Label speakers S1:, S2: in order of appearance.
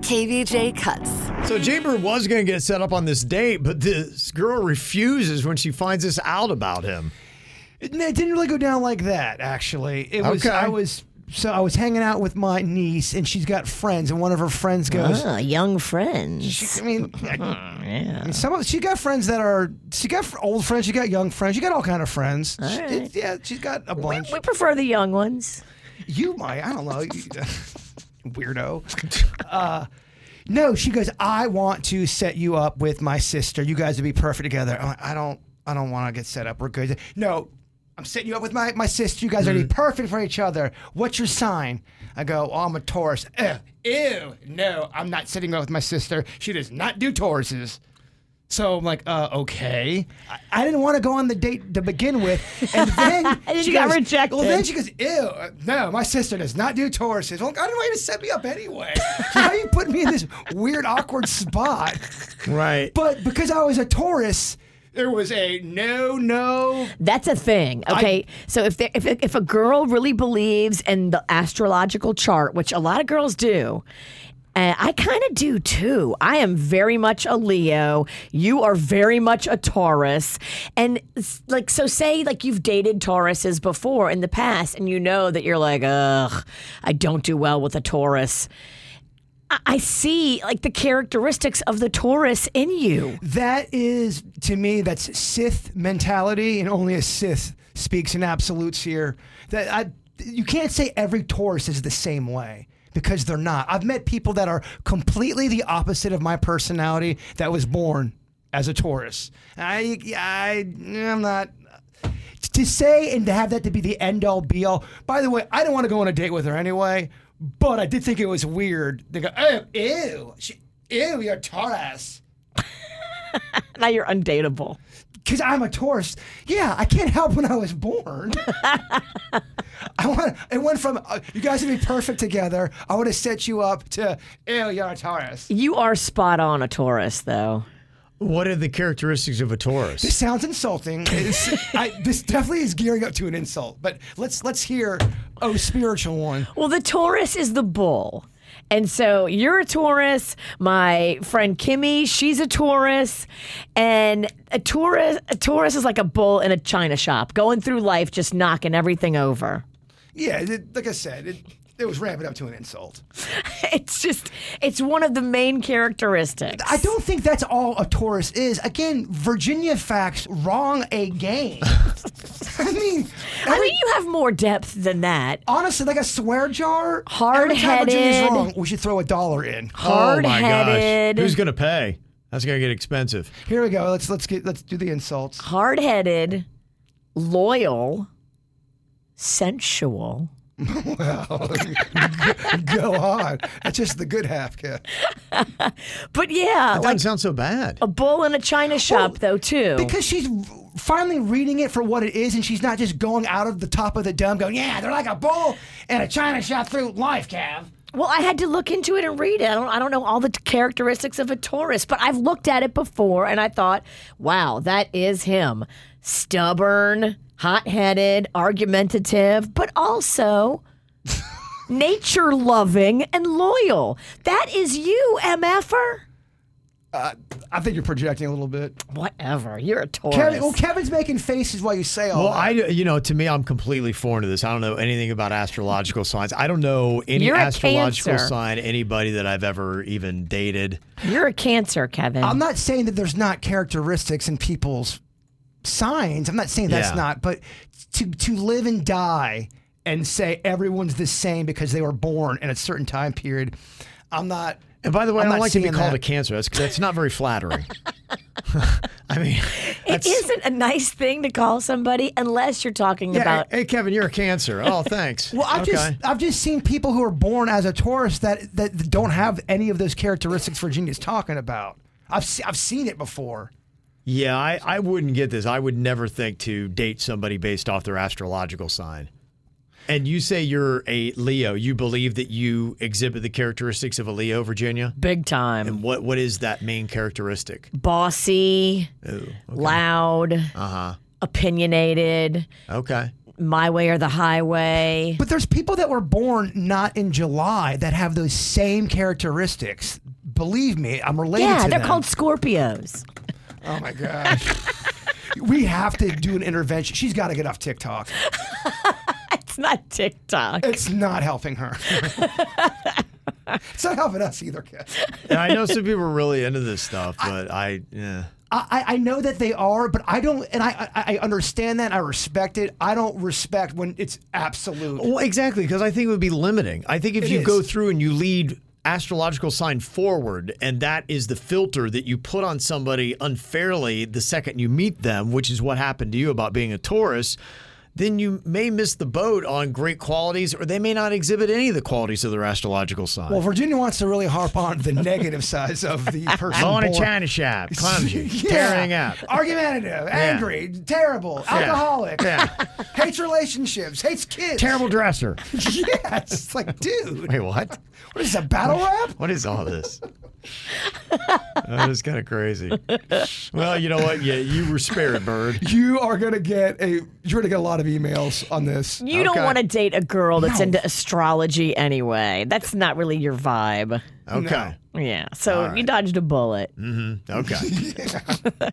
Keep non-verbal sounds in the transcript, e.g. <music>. S1: KVJ cuts.
S2: So Jaybird was going to get set up on this date, but this girl refuses when she finds this out about him.
S3: It it didn't really go down like that. Actually, it was
S2: Okay.
S3: I was so I was hanging out with my niece, and she's got friends, and one of her friends goes.
S1: Ah, young friends.
S3: I
S1: <laughs>
S3: mean, I, I mean, some of, she got friends that are she got fr- old friends, she got young friends, she got all kind of friends. She-
S1: right.
S3: it- yeah, she's got a bunch.
S1: We prefer the young ones.
S3: you might, I don't know, you- weirdo. Uh, no, she goes. I want to set you up with my sister. You guys would be perfect together. I'm like, I don't. I don't want to get set up. We're good. No, I'm setting you up with my my sister. You guys are gonna be perfect for each other. What's your sign? I go. Oh, I'm a Taurus. Ugh, ew. No, I'm not setting you up with my sister. She does not do Tauruses. So I'm like, uh, okay. I, I didn't want to go on the date to begin with, and then
S1: And you got
S3: goes-
S1: rejected.
S3: Well, then she goes, ew. uh, No, my sister does not do Tauruses. I'm like, I didn't want you to set me up anyway. Why are you putting me in this weird, awkward spot?
S2: Right.
S3: But because I was a Taurus, there was a no, no.
S1: That's a thing. Okay. so if, they, if if a girl really believes in the astrological chart, which a lot of girls do, and I kind of do too. I am very much a Leo. You are very much a Taurus. And s- like so say like you've dated Tauruses before in the past and you know that you're like, "Ugh, I don't do well with a Taurus." I- I see like the characteristics of the Taurus in you.
S3: That is, to me, that's Sith mentality, and only a Sith speaks in absolutes here. That I, you can't say every Taurus is the same way because they're not. I've met people that are completely the opposite of my personality that was born as a Taurus. I, I, I'm not. To say and to have that to be the end all be all. By the way, I didn't want to go on a date with her anyway, but I did think it was weird. They go, oh, ew, she, ew, you're a Taurus.
S1: Now you're undateable.
S3: because I'm a Taurus. Yeah, I can't help when I was born. <laughs> I want. It went from uh, you guys would be perfect together. I would have set you up to ew, you're a Taurus.
S1: You are spot on a Taurus though.
S2: What are the characteristics of a Taurus?
S3: This sounds insulting. <laughs> It's- I, this definitely is gearing up to an insult. But let's let's hear oh spiritual one.
S1: Well, the Taurus is the bull. And so you're a Taurus. My friend Kimmy, she's a Taurus. And a Taurus, a Taurus is like a bull in a china shop, going through life just knocking everything over. <laughs>
S3: Yeah, it, like I said, it, it was ramping up to an insult.
S1: It's just, it's one of the main characteristics.
S3: I don't think that's all a Taurus is. Again, Virginia facts wrong a game. <laughs> I mean,
S1: I mean, you have more depth than that.
S3: Honestly, like a swear jar. Every time
S1: Hard-headed.
S3: Virginia's wrong, we should throw a dollar in.
S1: Hard
S2: Oh my gosh.
S1: headed.
S2: Who's going to pay? That's going to get expensive.
S3: Here we go. Let's let's get let's do the insults. <laughs>
S1: Hard headed, loyal, sensual.
S3: go on. That's just the good half, Kev.
S1: But
S2: That
S1: yeah, like
S2: doesn't sound so bad.
S3: Oh.
S1: a bull in a china shop, though, too.
S3: Because she's finally reading it for what it is, and she's not just going out of the top of the dome, going, "Yeah, they're like a bull and a china shot through life, Kev."
S1: Well, I had to look into it and read it. I don't, I don't know all the t- characteristics of a Taurus, but I've looked at it before and I thought, wow, that is him. Stubborn, hot headed, argumentative, but also nature loving and loyal. That is you, MFer.
S3: I think you're projecting a little bit.
S1: Whatever. You're a Taurus.
S3: Kevin, well, Kevin's making faces while you say all
S2: Well,
S3: that.
S2: I, you know, to me, I'm completely foreign to this. I don't know anything about astrological signs. I don't know any
S1: You're a
S2: astrological
S1: Cancer.
S2: sign, anybody that I've ever even dated.
S1: You're a Cancer, Kevin.
S3: I'm not saying that there's not characteristics in people's signs. I'm not saying that's
S2: Yeah.
S3: not, but to to live and die and say everyone's the same because they were born in a certain time period. I'm not.
S2: And by the way, I
S3: I'm not
S2: don't like to be
S3: seeing
S2: called
S3: that. <laughs>
S2: a cancer. That's, that's not very flattering. <laughs> I mean,
S1: It
S2: That's-
S1: isn't a nice thing to call somebody unless you're talking
S2: Yeah,
S1: about.
S2: hey, Kevin, you're a cancer. Oh, thanks.
S3: Well, I've just I've just seen people who are born as a Taurus that that don't have any of those characteristics Virginia's talking about. I've se- I've seen it before.
S2: Yeah, I, I wouldn't get this. I would never think to date somebody based off their astrological sign. And you say you're a Leo. You believe that you exhibit the characteristics of a Leo, Virginia?
S1: Big time.
S2: What what is that main characteristic?
S1: Bossy, loud, opinionated,
S2: Okay.
S1: my way or the highway.
S3: But there's people that were born not in July that have those same characteristics. Believe me, I'm related
S1: Yeah,
S3: to
S1: they're
S3: them.
S1: called Scorpios. <laughs>
S3: Oh my gosh. <laughs> we have to do an intervention. She's got to get off TikTok.
S1: It's not TikTok.
S3: It's not helping her. it's not helping us either, kids.
S2: And I know some people are really into this stuff, but I, yeah.
S3: I, I- I know that they are, but I don't, and I, I I understand that. I respect it. I don't respect when it's absolute.
S2: Well, exactly, because I think it would be limiting. I think if
S3: It
S2: you go
S3: is.
S2: through and you lead astrological sign forward, and that is the filter that you put on somebody unfairly the second you meet them, which is what happened to you about being a Taurus. Then you may miss the boat on great qualities, or they may not exhibit any of the qualities of their astrological sign.
S3: Well, Virginia wants to really harp on the negative sides
S2: <laughs>
S3: of the person.
S2: Going
S3: born.
S2: to China
S3: <laughs>
S2: shop, clumsy,
S3: Yeah.
S2: tearing up.
S3: Argumentative, angry, terrible, alcoholic,
S2: Yeah.
S3: <laughs> hates relationships, hates kids. <laughs>
S2: Terrible dresser.
S3: yeah, it's like, dude,
S2: Wait, what?
S3: what is this, a battle rap?
S2: What is all this? that is kind of crazy. Well, you know what? Yeah, you were spared, Bird.
S3: You are gonna get a you're gonna get a lot of emails on this.
S1: You don't
S2: Okay.
S1: want to date a girl that's
S3: No.
S1: into astrology anyway. That's not really your vibe.
S2: Okay.
S1: Yeah. So you dodged a bullet.
S2: Okay.